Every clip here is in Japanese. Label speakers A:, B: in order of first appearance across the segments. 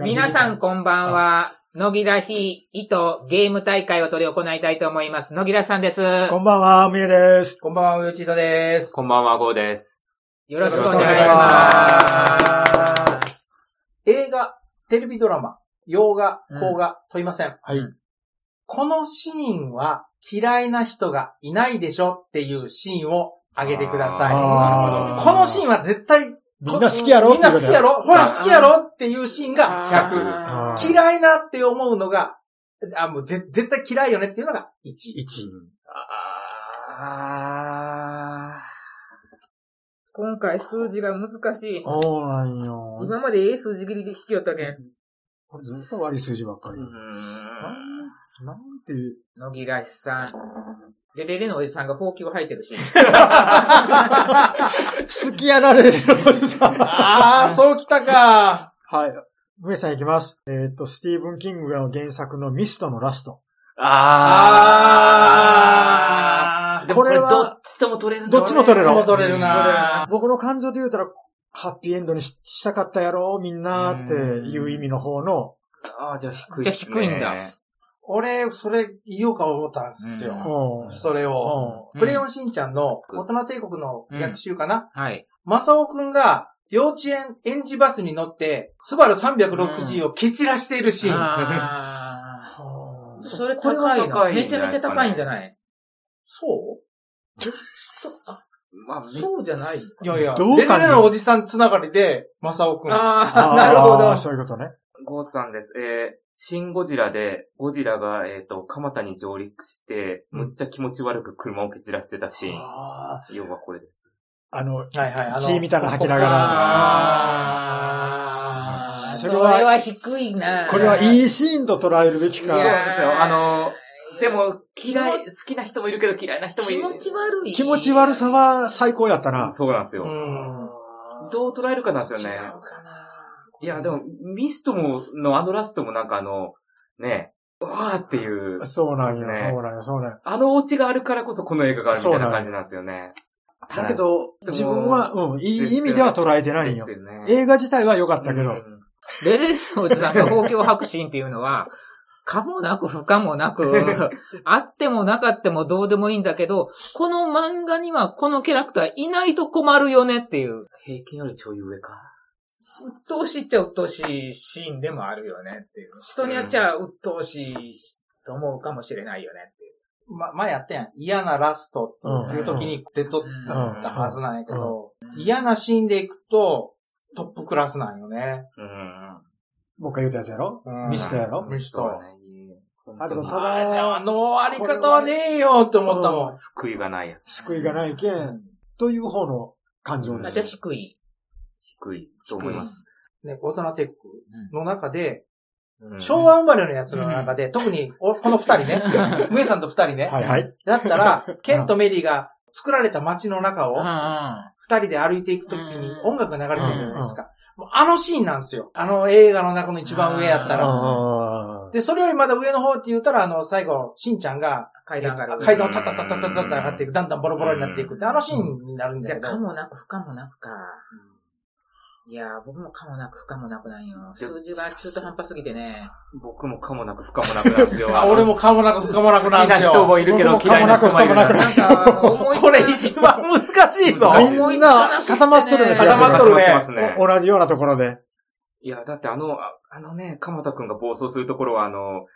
A: 皆さんこんばんは。野木らひいとゲーム大会を取り行いたいと思います。野木らさんです。よ
B: こんばんは、みえです。
C: こんばんは、うちいとです。
D: こんばんは、ゴーです。
A: ろしくお願いし
B: よろしくお
A: ま
B: 願
A: す。
C: 映画、テレビドラマ、洋画、邦画、問いません。
B: はい。
C: このシーンは嫌いな人がいないでしょっていうシーンをあげてくだ
B: あ
C: さ
B: ー
C: い。このシーンは絶対、
B: みんな好きやろ
C: みんな好きや
B: ろ
C: ろほら好きやろっていうシーンが
A: あ
B: ー
C: 100。嫌いなって思うのが、あ、もうぜ絶対嫌いよねっていうのが1。
B: ?1。
C: あ
A: 今回数字が難しい。
B: そうなんよ。
A: 今までええ数字切りで引きよったけん。
B: これずっと悪い数字ばっかり。なんていう。
A: 野木らしさん。レレレのおじさんがほうきを履いてる し。
B: 好きやられるおじさん。
C: あー、そうきたか。
B: はい。上さんいきます。えっ、と、スティーブン・キングの原作のミストのラスト。
D: あー。でも
B: これは
D: どっちとも取れる
B: どっちも取れる
C: もう取れるな
B: 僕の感情で言うたら、ハッピーエンドにししたかったやろみんなっていう意味の方の、
D: あー、じゃあ低い
A: じ
D: っすね。
A: ゃあ低いんだ。
C: 俺、それ言おうか思ったんですよ。
D: うん
B: うん
C: それを。
A: うん
C: クレヨンしんちゃんの大人帝国の逆襲かな。
A: はい。
C: マサオくんが幼稚園園児バスに乗って、スバル 360G を蹴散らしているシーン。
A: あ
B: はあ
A: ーそれ
D: これは
A: 高い
D: 高
A: の。
D: いんじゃな
A: めちゃ
D: い
A: めちゃ高いんじゃない
C: そ
D: まあ、め
A: そうじゃない。
C: ういやいや、
B: どう感じ
C: レ
B: る
C: ベルのおじさんつながりで、マサオくん。
A: あ
B: あ
A: あ、
B: ー
A: なるほど。
B: そういうことね。
D: ゴーさんです。えー、シンゴジラで、ゴジラが、えっ、と、蒲田に上陸して、むっちゃ気持ち悪く車を蹴散らしてたシーン。
B: あ
D: 要はこれです。
B: ーあの、
C: はいはい。あの
B: 血みたいなの吐きながら。
A: あーそ
B: そ
A: れ
B: れは
A: は低いな。
B: これはいいシーンと捉えるべき
D: そう
A: い
B: か。
A: や
D: ですよ。あの、で
A: も、
D: も、嫌い、好きな人もいるけど嫌いな人もい
A: 気
D: る。
A: 持ち悪い。
B: 気持ち悪さは最高やったな。
D: そうなんです
C: う
D: よ。
C: ん。
D: どう捉えるかなんですよね。いや、でも、ミストも、のあのラストもなんかあの、ね、わーっていう、
B: そうなんよ、
D: ね
B: そうなんよ、そうなんよ。
D: あのオチがあるからこそこの映画があるみたいな感じなんですよね。
B: だけど、
D: でも
B: 自分は、うん、い
D: です
B: い
D: よ
B: 意味では捉えてないん
D: で
B: よ
D: す。よね。
B: 映画自体は良かったけ
D: う
B: ど、
D: ん
A: レレレのおじさんが包茎を吐くシーンっていうのは、 かもなく不可もなく、 あってもなかってもどうでもいいんだけど、この漫画にはこのキャラクターいないと困るよねっていう、
D: 平均よりちょい上か。
A: 鬱陶しいっちゃ鬱陶しいシーンでもあるよねっていう。人によっちゃ鬱陶しいと思うかもしれないよねっていう。
C: ま、前やったやん。嫌なラストっていう時に出とったはずなんやけど、嫌なシーンでいくと、トップクラスなんよね。
D: うん。
B: 僕が言うたやつやろ
C: うん
B: ミストやろ
C: ミスト
D: はない
B: だけど、た
D: 本
C: あ
B: だ、
C: の終わり方はねえよって思ったも
D: 当
C: ん
D: に。救いがないやつ。
B: 救いがないけん、という方の感情で
A: まあじゃあ
B: す。
A: 低い。
D: 低いと思います。
C: ね、大人テックの中で、
D: うん
C: 昭和生まれのやつの中で、特におこの二人ね、ムエさんと二人ね、
B: はいはい。
C: だったら、ケンとメリーが作られた街の中を
A: うんうん
C: 二人で歩いていくときに
A: うん
C: 音楽が流れてるじゃないですか。もうあのシーンなんですよ。あの映画の中の一番上やったら。
B: あー
C: で、それよりまだ上の方って言ったら、あの、最後、しんちゃんが、
A: 階段がある。
C: 階段をタッタッタッタッタッタッタ上がっていく、だんだんボロボロになっていくって、あのシーンになるん
A: じ
C: だ
A: ゃあ、
C: けど。
A: かもなく不可もなくか。いやー、僕もかもなく不可もなくなんよ。数字が中途半端すぎてね。
D: 僕もかもなく不可もなくなんですよ。
C: あ、俺も顔もなく不可もなくなんで
D: 好
C: す
D: きな人
C: よ。
D: もいるけど
B: 僕も
D: 嫌いな人もい
B: 可も
D: る
B: なく不可もなく
A: なんか、あの思いつか
C: これ一番難しいぞ。
D: 難しい
B: みんな固まっとるね。
C: 固まっとるね
D: 固まってますね
B: お同じようなところで。
D: いや、だってあの、ああのね、鎌田くんが暴走するところは、あの、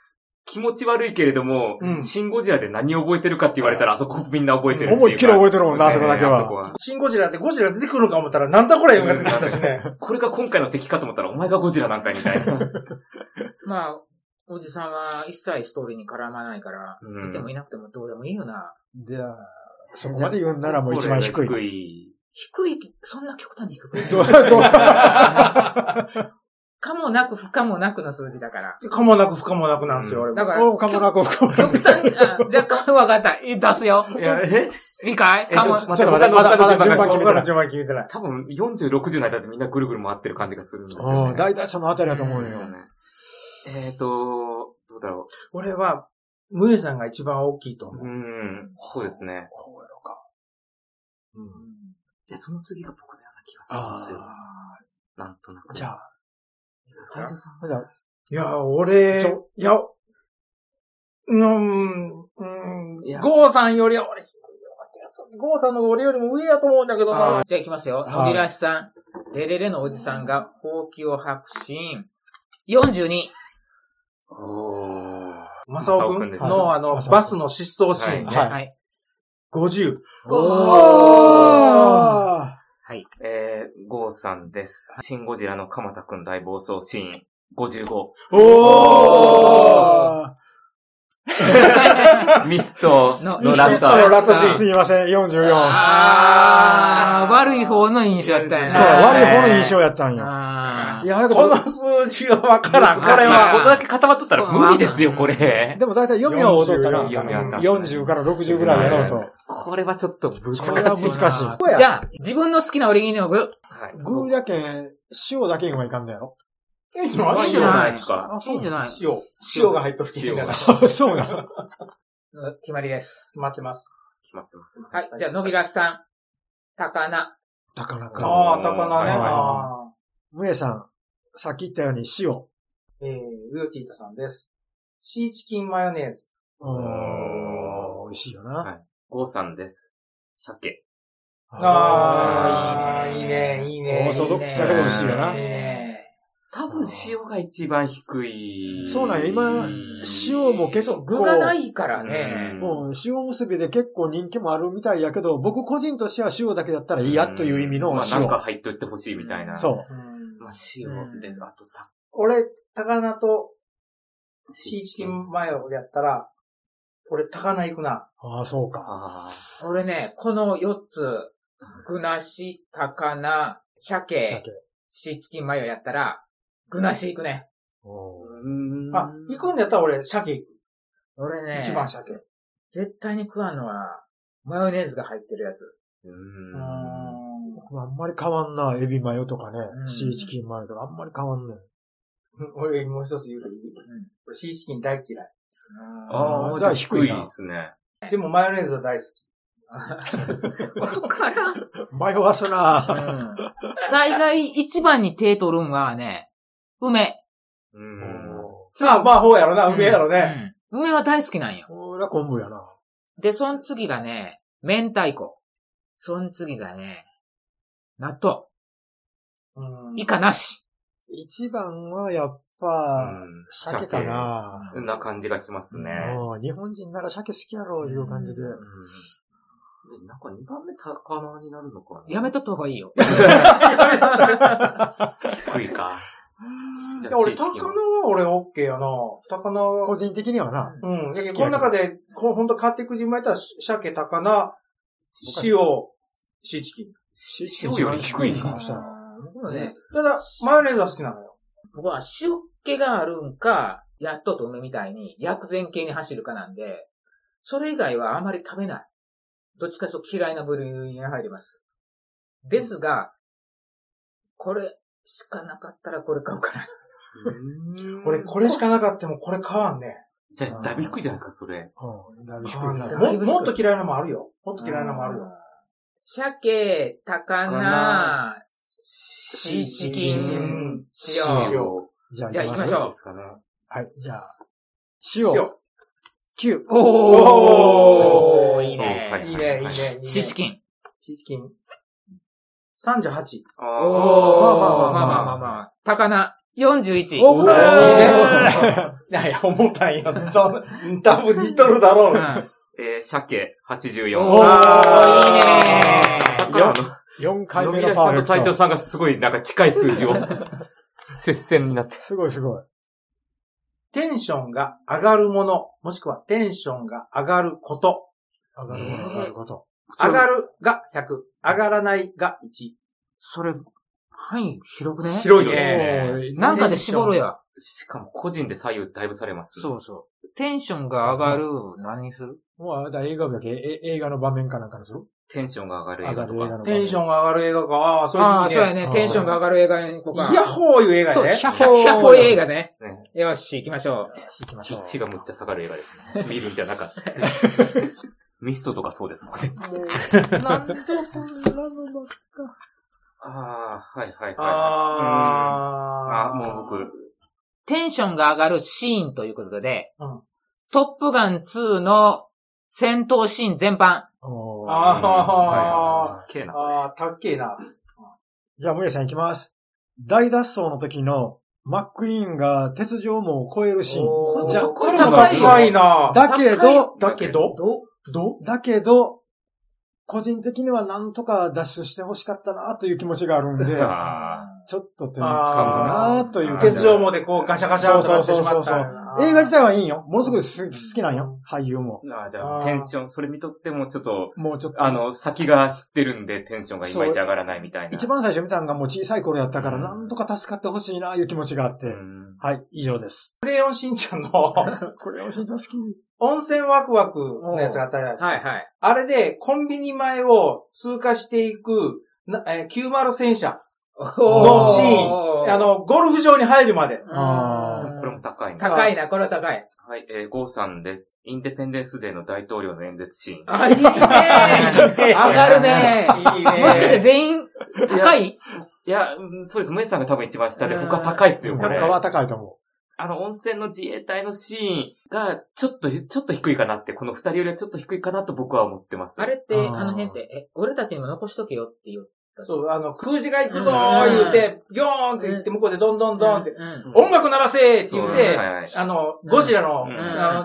D: 気持ち悪いけれども、
C: うん
D: シンゴジラで何を覚えてるかって言われたら、あそこみんな覚えてるっていうか。
B: 思いっきり覚えてるもんなあそこだけは
D: あそこは。
C: シンゴジラってゴジラ出てくるのか思ったら、なんだこれ言うのが出てきたし ね。
D: これが今回の敵かと思ったら、お前がゴジラなんかみたいな。
A: まあ、おじさんは一切ストーリーに絡まないから、
D: うん
A: いてもいなくてもどうでもいいよな。
B: じゃあ、そこまで言うんならもう一番低い。
D: 低い。
A: 低い、そんな極端に低
B: どう
A: い。
B: どう
A: かもなく不可もなくの数字だから。
C: 可もなく不可もなくなんですよ、俺も。
A: だか
B: お
A: ら、
B: うかもなく不可もなく
A: 極端に、あ、じゃあか、わかった。え出すよ。
D: いや、え
A: いいかいかも
D: えっと、
B: ちょっと待ってまだまだ順番決めてない。
C: 順番決めてない。
D: 多分、40、60の間でみんなぐるぐる回ってる感じがするんですよ、
B: う
D: ね。
B: ん、大体そのあたりだと思う
D: ですよ
B: よ。
D: ね。えっ、ー、と、どうだろ
C: 俺は、ムエさんが一番大きいと
D: う。
C: 思
D: う
C: う。
D: ん、そうですね。
B: こういうのか。
D: で、その次が僕のような気がするんですよ。
B: あ
D: なんとなく。
B: あ、じゃあ、
C: 太蔵
B: じゃあ
C: いや、俺
B: ち、ょ、いや、
C: うーん、う
A: い
C: ー
A: や
C: ん、ゴーさんよりは俺、ゴーさんの方が俺よりも上やと思うんだけどな。
A: じゃあ行きますよ。
B: はい
A: のびらしさん、レレレのおじさんが、ほうきを白心。42。
D: おー。
C: マサオ
D: 正雄
C: く
D: 君
C: ん
D: です
C: のあの、
B: 正雄
C: バスの失踪シーンね。
B: はい
A: はい。
C: 50。
A: おーはい。
D: えー、ゴーさんです。シンゴジラの鎌田くん大暴走シー ン55。
B: おー
D: ミスト
A: の
D: のラスト。
A: ミストのラストシーン
B: すいません、44。そう、
A: あー、悪い方の印象やったんやな。
D: そう
B: 悪い方の印象やったんよ。
A: あ
B: いや、だけ
C: こ
B: ど
C: の、数字はわからん。こ
D: これ
C: れは。
D: は、ここだけ固まっとったら無理ですよ、これ。
B: でも大体読みは踊ったら、
D: 読みは踊った
B: 40から60ぐらいやろうと。
D: これはちょっと難しい
B: これは難しい。
A: ーじゃあ、自分の好きなオリジナル曲。
D: はい
B: グーやけん、塩だけにはいかんのやろ。
C: え、
D: まあいい
C: 何
D: じゃ
C: よ
D: ないですか。
B: あ
A: いいんじゃない
C: 塩。塩が入っとるっていいんだから。
B: そうなの。
A: うん決まりです。
C: 待ってます。
D: 決まってます。
A: はい。じゃあ、のびらしさん、高菜。
B: なかなか。
C: ああ、高菜ね。
D: はい
B: はい
C: あ
B: むえさん、さっき言ったように塩。
C: ーえー、ウヨティータさんです。シーチキンマヨネーズ。
B: うん美味しいよな。
D: ゴーさんです。鮭。
C: ああ、いいね、いいね。
B: オーソドックス
A: だけど美
B: 味しいよな
C: ね
D: 多分塩が一番低い。
B: そうなんや今塩も結
A: そ
B: 構
A: う、具がないからね。
D: うん
B: もう塩結びで結構人気もあるみたいやけど、僕個人としては塩だけだったらいいやという意味の
D: まあなんか
B: 塩。
D: 入っとってほしいみたいな。
B: そ
C: うん
D: まあ塩です。あと、た
C: 俺、高菜とシーチキンマヨやったら、俺、高菜行くな。
B: う。ああ、そうか。
D: あ
A: 俺ね、この4つ、具なし、高菜、鮭、
B: 鮭。
A: シーチキンマヨやったら、具なしいくね。
D: ー
B: おー
D: うーん
C: あ、行くんだったら俺、鮭行く。
A: 俺ね、
C: 一番鮭。う
A: 絶対に食わんのは、マヨネーズが入ってるやつ。
D: うー
C: ー
D: ん。
C: ん。
B: 僕はあんまり変わんな。エビマヨとかね
A: う。ん
B: シーチキンマヨとかあんまり変わんない。
C: 俺、もう一つ言うといい俺、シーチキン大嫌い。
D: ああ、
B: じゃあ
D: 低
B: 低い
D: い
B: な
D: ですね。
C: でも、マヨネーズは大好き。
A: わからん。うん。
B: 迷わすな。
A: 大概一番に手取るんはね、梅。
D: うーん。
C: さあ、まあ、ほうやろな、梅やろね。
A: うん。梅は大好きなんよ。
B: これは昆布やな。
A: で、その次がね、明太子。その次がね、納豆。
C: うん
A: 以下なし。
B: 一番はやっぱ、鮭かな。
D: 鮭。な感じがしますね。
B: うん日本人なら鮭好きやろう、いう感じで。
D: うんなんか2番目高菜になるのかな
A: やめとった方がいいよ。
D: 低いか。じゃ
C: いや
D: あ
C: 俺、
D: シーチ
C: 高
D: キ
C: 菜
D: ンは
C: は俺、オッケーやな。高菜
B: 個
C: は。
B: 人的にはな。
C: うん。だけ
B: 好
C: ど、
B: きやけど
C: この中で、こう、ほんと買っていく順番やったら、鮭、高菜、塩、シーチキン。
D: 塩より低いんか
B: そしたら
A: 僕ね、
C: ただ、マヨネーズは好きなのよ。
A: 僕は塩気があるんか、やっとと梅みたいに薬膳系に走るかなんで、それ以外はあまり食べない。どっちかというと嫌いな部類に入ります。ですが、これしかなかったらこれ買うか な。
C: 俺、これしかなかったもこれ買わんね。
D: じゃあ、ダビックじゃないですか、それ。
B: うん、だいぶ低い
C: 買わん
B: な
C: な
A: る
C: ももっと嫌いなのもあるよ。もっと嫌いなのもあるよ。
A: 鮭、高菜、シーチキ
B: う
A: ン、
B: ん
A: 塩
D: 塩。
B: じゃあ
A: じゃあ
B: 行きま
A: 行きま
B: し
A: し
B: ょう。
A: ょ
D: そうですかね。
B: はい、じゃあ、
C: 塩
B: 塩、9。
C: お
A: おー、いい
D: は
A: ね。
D: い
C: いいね、いいね。
A: シーチ
C: ン。
A: キン。
C: シーチキン。38。
D: あ
A: お
D: ー
B: まあまあまあ
A: まあまあまあ。高菜、41。
B: おぶね
C: ー いやいや、思ったんや。と多分似とるだろう。
D: えー、鮭84。
A: おー、いいね
D: さっきからの
B: ー !4 回
D: 野
B: 目
D: 宮
B: の
D: さ
B: パ
D: んと
B: ーフ
D: 隊
B: ェ
D: 長
B: クト。
D: さんがすごいなんか近い 数字を接戦になって。
B: すごいすごい。
C: テンションが上がるもの、もしくはテンションが上がること。
B: 上がること、上がること。
C: 上がるが100、上がらないが1。
A: それ、範囲広くね
C: 広い
D: え
C: ね。
D: え
B: おー
A: なんかで絞ろうや。
D: しかも個人で左右だいぶされます。
A: そうそう。テンションが上がる、何する
B: もう、だ映画だけ、え映画の場面かなんかにする
D: テンションが上がる
B: 上
D: 映
B: が
D: 画
B: る映
D: と
B: 画
D: か。
B: の場面。
C: テンションが上がる映画か。ああ、それいいね。
A: ああ、そうやね
B: う。ん
A: テンションが上がる映画にここ
C: ヤッホーいう映画
A: そう、
C: やね。
A: 100歩。100歩映画ね。
D: ね。
A: よし、行きましょう。
B: 行きましょう。
D: 血がむっちゃ下がる映画です ね。見るんじゃなかった。ミストとかそうですもんね。
B: もうなんでこんなのばっか。
D: ああ、はいはいはい、はい。
C: あ
D: あ、もう僕、
A: テンションが上がるシーンということで、
C: うん
A: トップガン2の戦闘シーン全般。
B: おー
C: あー
B: はい
D: けえな。
C: ああ、たっけえな。
B: じゃあ、森谷さん行きます。大脱走の時のマックイーンが鉄条も超えるシーン。
C: おー
B: じゃあ
C: これも高いな。
B: だけど、
C: だけど、
A: ど
C: ど
B: だけど、個人的にはなんとか脱出してほしかったなという気持ちがあるんで、
D: あ
B: ちょっと手にかるかなという
D: あー
B: 感
C: 鉄
B: じ。
C: 条網でこうガシャガシャとなってしまった。
B: そうそうそうそう映画自体はいいよ。ものすごいす好きなんよ。俳優も。
D: ーあー、じゃあ、テンション、それ見とってもちょっと、
B: もうちょっと。
D: あの、先が知ってるんで、テンションがいまいち上がらないみたいな。
B: 一番最初見たのがもう小さい頃やったから、
D: うん
B: なんとか助かってほしいな、いう気持ちがあっ
D: う
B: て。
D: ん、
B: はい、以上です。
C: クレヨンしんちゃんの
B: これ、おしんちゃん好き。
C: 温泉ワクワクのやつがあったじゃないですか。
A: はいはい。
C: あれでコンビニ前を通過していく、なえー90戦車。
A: お
C: シーンあ、の、ゴルフ場に入るまで。
B: あ
A: うん
D: これも高いな。
A: 高いな、これは高い。
D: はい、えー、ゴーさんです。インデペンデンスデーの大統領の演説シーン。
A: あ、いいね上がるね
C: いい
A: もしかして
C: ね。
A: 全員 高い
D: いや、うんそうです。ムエさんが多分一番下で、
A: うん
D: 他高いっすよ、こ
B: 他
D: れ。
B: は高いと思
D: あの、温泉の自衛隊のシーンが、ちょっと、ちょっと低いかなって、この二人よりはちょっと低いかなと僕は思ってます。
A: あれって、
B: あー
A: あの辺って、え、俺たちにも残しとけよっていう。
C: そう、あの、空自が行くぞー言うて、ギョーンって言って、向こうでどんどんどんって、
A: うん
D: うん
C: 音楽鳴らせーって言
D: そ
C: う
D: う
C: て
D: はい、はい
C: あの、
A: うん
C: ゴジラの、
D: うん
C: あの
A: あ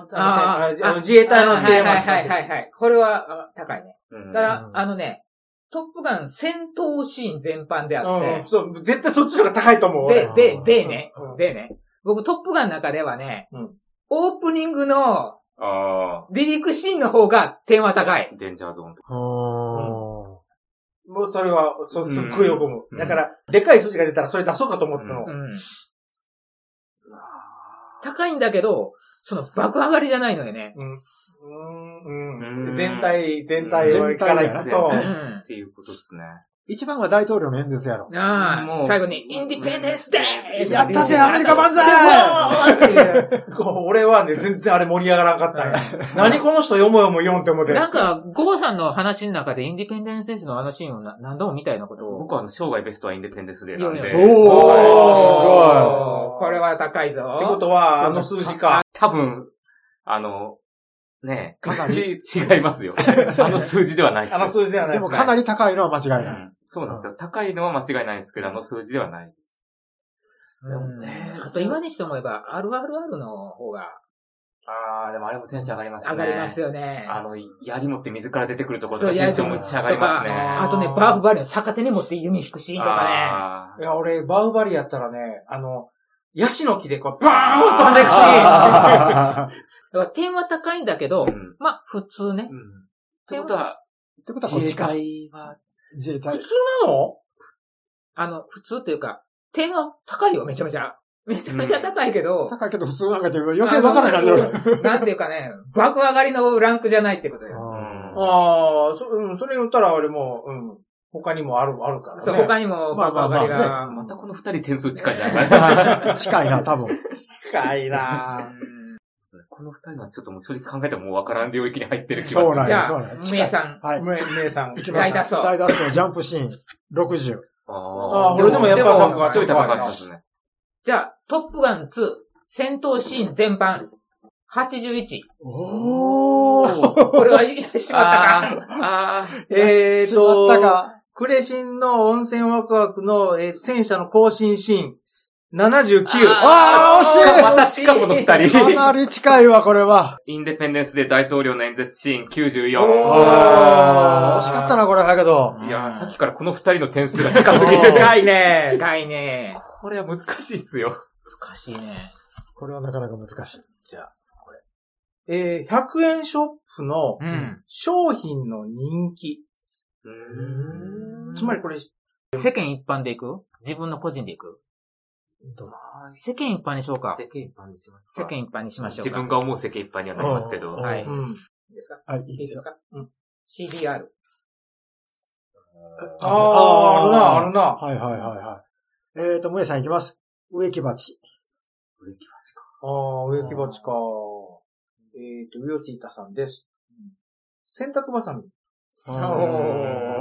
C: あ
A: ー
C: の、あの自衛隊のテーマ
A: は
C: に
A: いはいはいはいはい。これは、あ高いね。
D: うん
A: ただから
B: う、ん
A: あのね、トップガン戦闘シーン全般であ
C: うん、
A: っ
C: そう、絶対そっちの方が高いと思う。
A: て、
B: うん
A: で、
B: うん
A: で、でね
C: うん、
A: でね、僕トップガンの中ではね
C: うん、
A: オープニングの
D: あ
A: 離陸シーンの方が点は高い。
D: ー、デンジャーゾーンとか。
B: う。おー
C: もうそれは、そ、すっごいよく思
D: う
C: う。
D: ん
C: だから、でかい数字が出たらそれ出そうかと思ってたの
A: う。ん。高いんだけど、その爆上がりじゃないのよね。
C: うん。う
D: うん
C: うんん。全体、全体をいかないと
D: う
A: う。
D: ん
A: ん
D: っ。ていうことですね。
B: 一番は大統領の演説やろ。
A: な
D: もう
A: あ、最後に、インディペンデンスデー
B: やったぜアメリカ万
C: 歳
A: うわーっていう
C: こう俺はね、全然あれ盛り上がらなかったんや。何この人よもよも読んって思っ て。
A: なんか、ゴーさんの話の中で、インディペンデンスデーのあのシーンをな何度も見たようなことを。
D: 僕はあの、生涯ベストはインデペンデンスデーなん
A: い
D: で
A: や。い
B: やおー
C: おーすごい
A: これは高いぞ。
C: ってことは、あの数字か。
D: 多分、あの、ねえ、
B: かな
D: 形 違います よ。あの数字ではないです
C: あの数字じゃない
B: で
C: で
B: も
C: す
B: か
C: か。
B: なり高いのは間
D: う
B: 違い ない。
D: んそうなんですよ。高いのは間違いないんですけど、あの数字ではないです。
A: うんあと、今にして思えば、RRR の方が
D: あー、でもあれもテンション上がりますね。
A: 上がりますよね。
D: あの、槍持って水から出てくるところと
A: そ
D: か
A: う
D: テンションむっちゃ上がりますね。
A: と
C: か
A: あとね、バーフバリの逆手に持って弓引くシーンとか
D: あ
C: いや、俺、バウバリやったらね、あの、ヤシの木でこう、バーン飛んでくし。
A: ね。だから点は高いんだけど
D: ーう、ん。
A: まあ、普通ね
D: う。ん。ってことは、
B: ってことはこっ
D: 自衛
B: ちか。
D: 隊は、
B: 自衛隊。
C: なの
A: あの、普通っていうか、点は高いよ、めちゃめちゃ。めちゃめちゃ高いけど、
B: 高いけど普通なんかって余計わからないよ。
A: なんていうかね、爆上がりのランクじゃないってことよ。
D: ん
B: あー
C: ああ、そ、うん、それ言ったら俺もう、うん、他にもある、あるからね。
A: そう、他にも爆上がり
B: まあ
A: が。
D: またこの二人点数近いじゃないかな
B: 近いな、多分。
C: 深い な
D: この二人はちょっともう正直考えてももうわからん領域に入ってる気がする。
B: そうなん
A: じ
B: や、
A: ゃ
B: そう
A: あ
B: なんや、
A: む
B: 近
A: え
B: い。
A: さん。
B: はい。
C: め、めいさん。
B: 行きま
A: 大
B: す
A: 脱走
B: 大脱走、ジャンプシーン、60。
D: ああ、
C: あー
D: こ
C: こ
D: れ
C: れ
D: で
C: で
D: も
C: も
D: や
C: や
D: っ
C: っ
D: ぱ
C: ぱ
D: 高
C: 高
D: かっ
C: か
D: で
C: ったた
D: すね。高かったですね。
A: じゃあ、トップガン2、戦闘シーン全般、81。
B: お ー
A: これはしまったか。
D: あー
C: えー
B: しまった
C: と、
B: か。
C: クレシンの温泉ワクワクの、えー戦車の更新シーン、79。
B: あー惜しい
D: また近この二
B: か
D: 人。
B: なり近いわ、これは。
D: インデペンデンスで大統領の演説シーン
B: お
D: 94。
B: ー惜しかったな、これ、だけど。
D: いやー、さっきからこの二人の点数が高すぎ
B: おー
D: る。
C: 近いね。
A: 近いね。
D: これは難しいっすよ。
A: 難しいね。
B: これはなかなか難しい。
C: えー、100円ショップの
A: うん。
C: 商品の人気。つまりこれ、
A: 世間一般でいく自分の個人でいく世間一般にしようか。
D: 世間一般にします
A: 世間一般にしましょう
D: 自
A: か。
D: 分が思う世間一般にはなりますけど。
B: うん
A: は
D: はい
A: い。い
C: うん。
A: いですか
B: はい、いい
A: いい
B: で
A: ですす
B: よ。
A: か
C: うん
A: ?CDR。
C: ああ、あるな、あるな。
B: はい、はい、はい、はい。えーと、むえさんいきます。植木鉢。
C: ああ、植木鉢か。えっ、と、ウヨチータさんです。洗濯バサミ。
A: おー
D: うー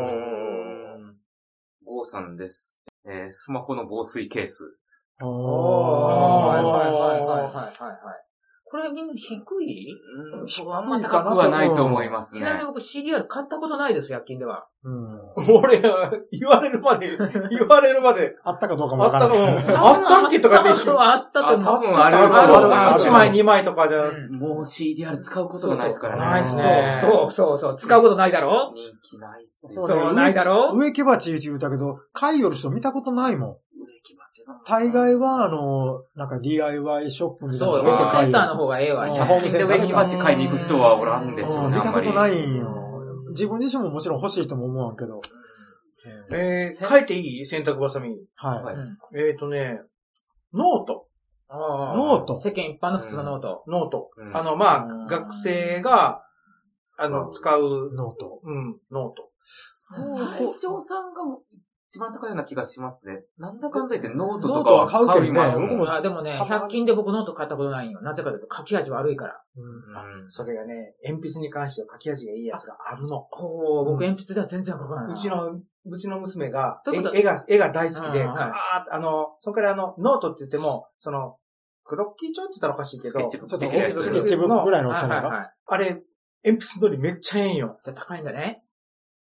D: ん王さんです。えースマホの防水ケース。
A: ははは
C: はいいはいいはいい
A: はい
C: は
A: これみんな低い
D: うん、
A: 僕はあんま
B: 低いか
A: 高く
B: な
A: は
D: はないと思います
A: ちなみ
D: ね
A: に。僕 CDR 買ったことないです、薬品では。
B: うん。
C: い。俺、言われるま で、言われるまで、
B: あったかどうかも
C: あ
B: わ
C: っ
B: か
C: た
B: らな
C: の、
B: い。
C: あったっけとかって一緒。
A: あったと思
D: 多
A: う。
D: 分あ
C: あ
D: る
C: る
D: と
C: あ
D: 思
C: る
D: う
C: ある。1枚2枚とかじゃ、
A: うん
D: もう CDR 使うことがないですからね。
B: ないっす
C: ね
A: そうそうそうそう。使うことないだろ
D: 人気ないっす
B: そ
D: よ。
B: う
A: そう、ないだろ
B: 植木鉢言うたけど、買いよる人見たことないもん。大概は、あの、なんか DIY ショップみたいな
A: そ
B: と
A: う、
B: こ
A: ホー
B: で
A: ムセ
B: 買
A: ン
B: い
A: タ
B: よ
A: ーの方がええわ。
B: うん
A: 100
B: ホーム
A: 均
B: セ
A: で
B: ンター
A: 植
B: で
A: 木鉢買いに行く人はおらんです
B: う
A: よ
B: ん見
A: ね。あ
B: た
A: んま
B: こ
A: り
B: とないんよ。自分自身ももちろん欲しいとも思わんけど。
C: えー、書いていい洗濯バサミ。
B: は。
D: はいい
C: えーとね、ノート。
A: ああ
B: ノート
A: 世間一般の普通のノート。
C: ノート。
D: うん
C: あの、ま
A: うん
C: あ、学生が、あの、使う、
B: ノート。
C: うん、ノート。
D: 会長さんが一番高いような気がしますね。なんだかんだ言ってノート
B: ノート
D: とか
B: は
D: は
B: 買うけどね
D: 買いますもん
B: 僕も
D: うん
A: あでもね、
B: たまに
A: 100均で僕ノート買ったことないんよ。なぜかというと書き味悪いから。
C: それがね、鉛筆に関しては書き味がいいやつがあるの。
A: ほう、僕鉛筆では全然書かない。
C: うち。の、うちの娘が
A: ということ、は
C: 絵絵が、絵が大好きで、
A: うん
C: ガーって、あの、そこからあの、ノートって言っても、その、クロッキー帳って言ったらおかしいけ
D: スケ
C: ど
D: ッチ、ブッ
B: ちょ
D: ク
B: っと
D: で
B: ス
D: き
B: ケ
D: るや
C: そう
B: ッ
D: つ。
B: チブックぐらいの大
A: は
B: き
A: い
B: さ
A: はい
B: なの
A: はい。
C: あれ、鉛筆のりめっちゃええんよ。
A: じゃあ高いんだね。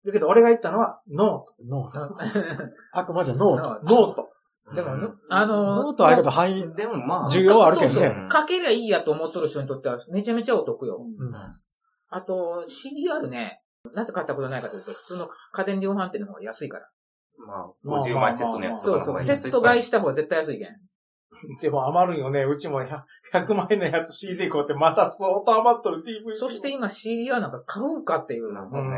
C: だけど俺が言ったのは、ノ
B: ノート。あくまでノート。
C: ート。ノート。
A: でも、あの、
B: ノートはあれけど範囲、
D: でもまあ、
B: 需要はあるけど
A: そうそ
B: ね。
A: う書けりゃいいやと思っとる人にとってはめちゃめちゃお得よ。
B: うん
A: あと、CDR ね、なぜ買ったことないかというと、普通の家電量販店の方が安いから。
D: まあ、50枚セットのやつと
A: そ
D: か
A: う
D: の
A: そ
D: 方
A: う。
D: が安い
A: セ
D: です
A: ッ
D: ね
A: ト買いした方が絶対安いけん。
C: でも余るんよね。うちも 100, 100万円のやつ CD 買うて、また相当余っとる DVD。
A: そして、今 CDR なんか買うんかっていう
D: なん
A: の。
D: かね。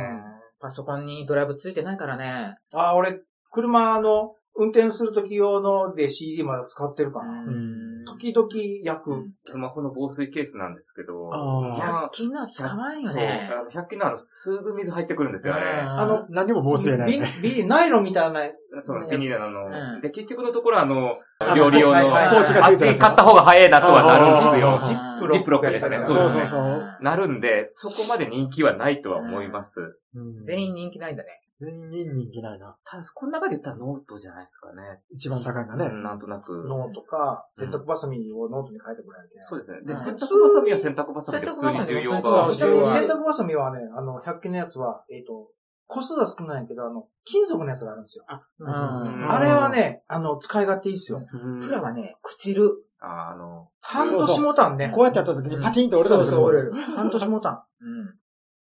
A: パソコンにドライブついてないからね。
C: あ、俺、車の、運転する時用ので CD まだ使ってるかな。
B: ん
C: 時々焼く。
D: スマホの防水ケースなんですけど。
B: あー
D: ま
A: 100
D: あ
A: 均のは使わんよ
D: そう。
A: ね。
D: あの100均のあの、すぐ水入ってくるんですよ、あれ。
A: あ
B: あの、何も申し得ないね。
C: ビビナイロンみたいな。
D: そのビニールのあの、
A: うん
D: で、結局のところあの
C: あ、
D: 料理用の、
C: はいはいはい
B: ポーチが
D: あ
B: つ
D: っ
B: いて
D: ち
B: るや
D: に
B: つ
D: 買った方が早いなとはなるんです
B: あ
D: よ
B: ー。
C: ジ
A: ジ
C: ッ
A: ッ
C: プ
A: プ
C: ロ
A: ロ
D: ジ
C: ッ
D: ッ
C: ク
D: プロックですね。
B: そうそう
D: ですね。なるんで、そこまで人気はないとは思います。
B: うん
A: 全員人気ないんだね。
B: 全員人気ないな。
D: ただ、この中で言ったらノートじゃないですかね。
B: 一番高いんだね。
D: うんなんとなく。
C: ノートか、洗濯バサミをノートに書いてもらえて。
D: そうですね。
A: う
D: で、
A: ん
D: 洗濯バサミは洗濯バサミで普通に重要が。
A: 普
C: ちな
A: 通
C: み
A: に
C: に
A: は
C: 洗濯バサミはね、あの、100均のやつは、えっ、と、個数は少ないけど、あの、金属のやつがあるんですよ。あ
A: うん
C: れは、ね、あの、使い勝手いいっすよ。
D: うん
A: プラはね、朽ちる。
D: ああの、
C: 半年もたんね。
B: こうやってやった時にパチンと折れたんですよ。
C: 半年もたん。
A: うん。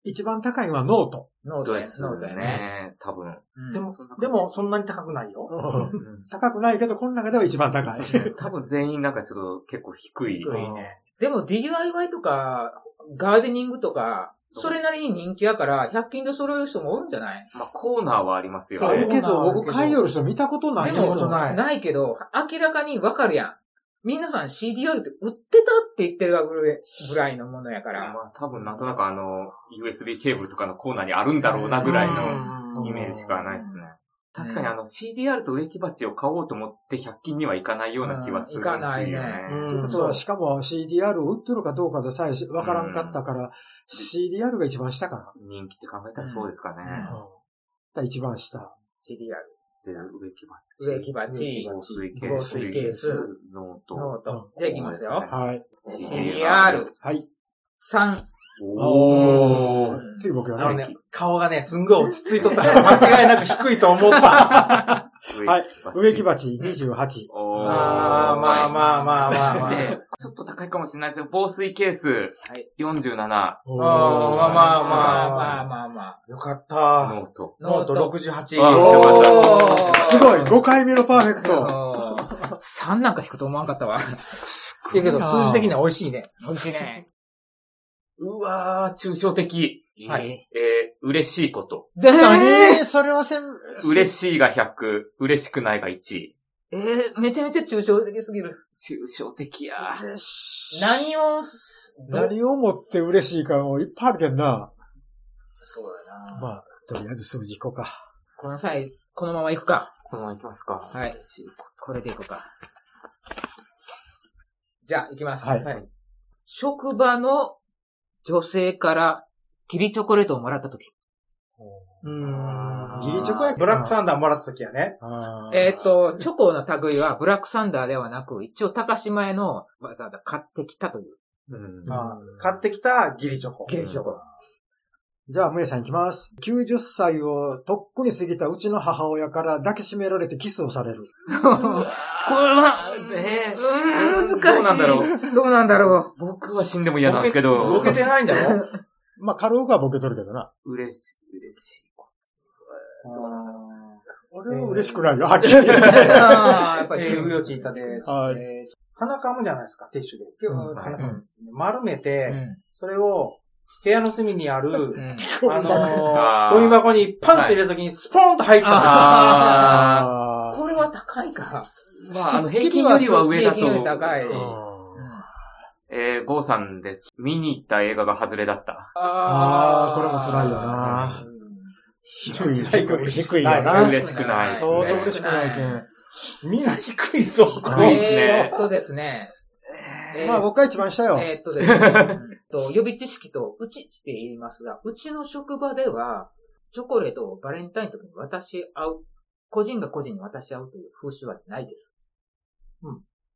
B: 一番高いのはノート。
A: ノート
D: ド
A: ね
D: レス
A: ノートやね。
D: ね。多分。
A: うん
C: でも、でも、そんなに高くないよ。
D: うん
B: 高くないけど、この中では一番高い。
D: 多分全員なんかちょっと結構低い。
A: 低いね。でも DIY とか、ガーデニングとか、それなりに人気やから、100均で揃える人も多いんじゃない
D: まあ、コーナーはありますよ
B: ある
D: ね。
B: けど、僕、買いよる人見たことない
A: で
B: け
A: も
C: 見たこと
B: ど。
C: ない
A: ないけど、明らかにわかるやん。皆さん CDR って売ってたって言ってるぐらいのものやから。
D: まあ、多分なんとなくあの、USB ケーブルとかのコーナーにあるんだろうなぐらいの
C: うん
D: イメージしかないですね。確かにあの CDR と植木鉢を買おうと思って100均にはいかないような気はするんです
A: う
D: よ、ね。
A: んいかないね
C: うん
B: そうそうしかも CDR を売ってるかどうかでさえしわからんかったから、CDR が一番下か
D: 人気って考えたらそうですかね。
B: な。うんだから一番下。
A: CDR。
D: で植木鉢。
A: 植木鉢、
D: 防水ケース。
A: 防水ケース
D: ノート。
A: ノート。じゃあいきますよ。
B: はい。
A: CDR。
B: はい。
A: 3。
D: おー。
A: うん
B: 次僕よ
C: あの
B: ね。
C: ね、顔がね、すんごい落ち着いとったから、間違いなく低いと思った。
B: はい植木。鉢28。
D: おー。
C: あーまあまあまあまあまあ。
D: で、ちょっと高いかもしれないですよ。防水ケース
A: はい
D: 47、
B: おー
C: まあまあ
A: まあ
C: まあ
A: まあまあまあ。
C: よかった。
D: ノート。
C: ノート
D: あ
C: 68。
D: よ
A: かった
B: すごい !5 回目のパーフェクト。
A: 3なんか引くと思わんかったわ。
C: いやけど、数字的には美味しいね。
A: 美味しいね。。
D: うわー、抽象的。
C: はい
D: えー、嬉しいこと。
A: で、
B: ええ、それはせん、
D: 嬉しいが100、嬉しくないが1。
A: えー、めちゃめちゃ抽象的すぎる。
D: 抽象的やー。
B: 嬉しい
A: 何を、ど
B: 何をもって嬉しいかもいっぱいあるけんな。
A: そうだな。
B: まあ、とりあえず数字いこうか。
A: この際、このまま行くか。
D: このままいきますか。
A: はい。これで行こうか。じゃあ、行きます。
B: はい
C: はい
A: 職場の女性から、ギリチョコレートをもらったとき。
C: うん。
B: ギリチョコやけど
C: ブラックサンダーもらった時はね。
A: え
B: え
A: っ、と、チョコの類はブラックサンダーではなく、一応高島屋のわざわざ買ってきたという。
D: うん
C: まあ、買ってきたギリチョコ。
A: ギリチョコ。
B: じゃあ、むえさんいきます。90歳をとっくに過ぎたうちの母親から抱きしめられてキスをされる。
A: これは、
D: え
A: うーん難しい。
D: どうなんだろ
A: う。どうなんだろ
D: 僕は死んでも嫌なんですけ
C: ボ
D: ど
C: ケ、てないんだろ
B: まあ、軽くはボケとるけどな。
D: 嬉しい、嬉しい。
B: 俺は嬉しくないよ、はっきり言って。
A: う。ああ、やっぱり。
C: えー、うよちいたです。
B: はい
C: えー鼻かむじゃないですか、ティッシュで。ピューって鼻かむ
A: うん
C: 丸め
A: う
C: て、
A: ん。
C: それを、部屋の隅にあ
A: う
C: る、
A: ん。
C: あの
D: あー
C: ー、ゴミ箱にパンって入れた時にスポンと入った んですよ
D: ああ。
B: あ
A: これは高いか。
D: まあ、あの、平均よりは上だ
A: 平均より
D: と。
A: 高い
B: ー
D: うん
B: うん
D: えー、ゴーさんです。見に行った映画が外れだった。
B: あー、これも辛いよな。低い、低い、低いよな。
D: 嬉しくないですね。
B: 相当嬉しくないけん。
C: みんな低いぞ、こ
D: 低い
A: え
D: ですね
C: れ。
A: ーっとですね。え
B: まあ、
A: ー
B: 僕が一番下よ。
A: えーっとですね。うん と予備知識とうちって言いますが、うちの職場では、チョコレートをバレンタインの時に渡し合う、個人が個人に渡し合うという風習はないです。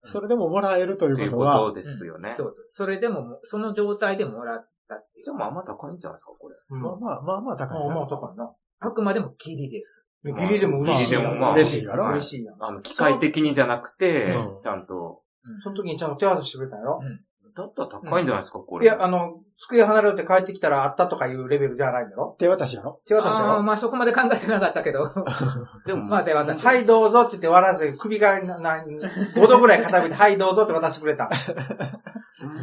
B: それでももらえるとい
D: というう
B: こと
D: こ
B: は
D: と、ですよ
A: う
D: ね
A: ん。そうそう。それでももう、その状態でもらったってい
D: じゃあ
A: う。
D: まあまあ高いんじゃないですか、これ。
C: うん
B: まあまあ、まあまあ高い
C: まあ、
B: な。
C: 高いな。
A: あくまでもギリです。
C: ギリでも嬉しいや
D: ギリ
C: ろ。
D: でもまあ
C: 嬉しいやろ。
D: はい
C: 嬉しいやろ。
D: あの、機械的にじゃなくて
B: うん、
D: ちゃんと。
C: その時にちゃんと手合わせしてくれたんやろ。
D: だったら高いんじゃないですか、こ
C: い
D: れ。
C: や、あの、机離れて帰ってきたらあったとかいうレベルじゃないんだろ。
B: 手渡しやろ
C: 手渡し
A: あ
C: や
A: あー、
C: ろ。
A: まあそこまで考えてなかったけど。
D: でも、
A: まあ手渡し。
C: はい、どうぞって言って笑わせて、首がな、な、5度ぐらい傾いて、はい、どうぞって渡してくれた。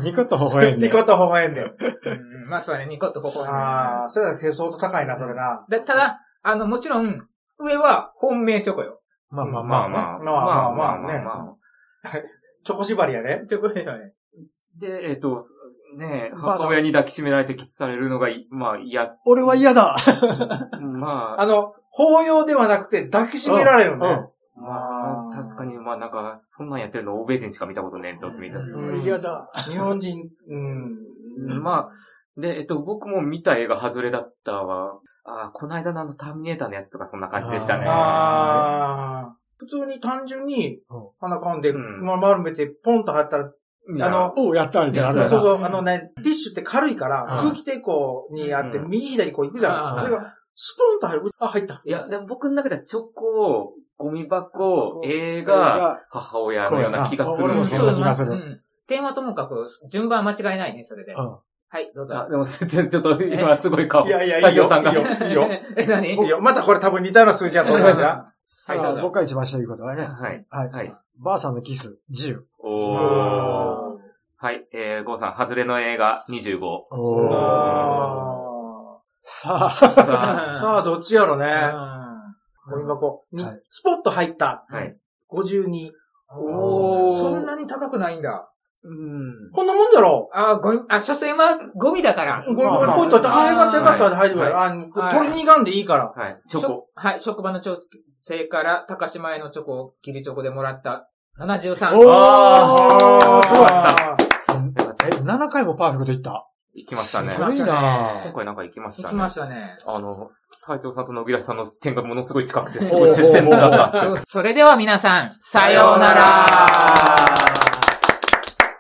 B: ニコッと微笑ん で。
C: ニコッと微笑んで。
A: うんまあそうね、ニコッとここ
C: ああ、それは手相当高いな、それな。
A: だただ、あの、もちろん、上は本命チョコよ。
B: まあまあま
D: ま
B: あ
D: あ
B: ま
D: ま
B: あ。
D: あ、
C: ま
D: ま
C: あ
D: あま
C: まあ
D: あ
C: まあ
D: まあまあ。
C: チョコ縛りやね。
A: チョコレートはね。
D: で、えっと、ねえ、
B: ばあさん
D: 母親に抱きしめられてキスされるのがい、まあ嫌、
B: 俺は嫌だ。
D: ま
C: あ
D: あ、
C: の、抱擁ではなくて抱きしめられるね。
D: まあ、確かに、まあなんか、そんなんやってるの欧米人しか見たことないぞって見た。
B: 俺は嫌だ。
C: 日本人、うん。
D: まあ、で、えっと、僕も見た映画外れだったわ。ああ、この間のあのターミネーターのやつとかそんな感じでしたね。
C: ああ。普通に単純に
B: うん
C: 鼻かんで、
D: うん
C: 丸めてポンと入ったら、
D: い
C: あ
D: や
C: の
B: おう、やったみたいなのある
C: そ
B: よ
C: う
B: な。
C: そう、あのね、ティッシュって軽いから、
B: うん
C: 空気抵抗にあって、
D: うん
C: 右左こう行くじゃん。
A: あー
C: それが、スポンと入る。あ、入った。
D: いや、でも僕の中ではチョコ、ゴミ箱、映画、母親のような気がする
B: 俺
D: ん
B: も
D: で
B: そ
D: す
B: ん
D: よ。
B: な気がする
A: ん点はともかく、順番間違いないね、それで。
B: うん
A: はい、どうぞ
D: あ、。でも、全然ちょっと今すごい顔。
C: いやいや、い
D: 太
C: いよ
D: 陽さん、が
C: いいよ、い いよ。
A: え、何
C: いいよ。またこれ多分似たような数字やと思うんだ。
B: あ
A: はいどう
B: ー
A: ぞ
B: 僕が一番下いうことはね。
D: はい。
B: はい。
D: はい。
B: ばあさんのキス、10。
D: おー。
C: あ
D: はい。えー、ゴーさん、ハズレの映画25。
C: ー
B: お
C: あ
B: さあ、
D: さ
C: ー。
A: さ
C: さあ、どっちやろね。
A: あ、
C: ゴミ箱に
B: はい、
C: スポッと入った。
D: あ、はい。
C: 52。
D: おー。
A: そんなに高くないんだ。
D: うん。
C: こんなもんだろ
A: あ、ゴミ、あ、所詮はゴミだから。
C: ゴミ
B: まあ
C: 箱
B: ま
C: に
B: あ
C: ポイントあって、ああ、よかったよかったって入ってく
D: はい
C: る。あ
A: は
C: ー、
A: い
C: 取りに行かんでいいから。
D: はい。チョ
A: し
D: コ
A: ょ。はい、職場の調整から、高島屋のチョコ、ギリチョコでもらった、73。
B: おー
D: あー
B: すごい
C: あー
D: よかった
B: え、7回もパーフェクトいった。
D: 行きました
A: 行き。
D: ね
B: すごい
A: まし
B: な
D: 今
A: た
D: 回なんか行きまし
A: ね。行
D: た
A: き
D: ね。
A: ましたね。
D: あの、隊長さんと野木らさんの点がものすごい近くて、すごい接戦だったんですよ。
A: それでは皆さん、さようなら。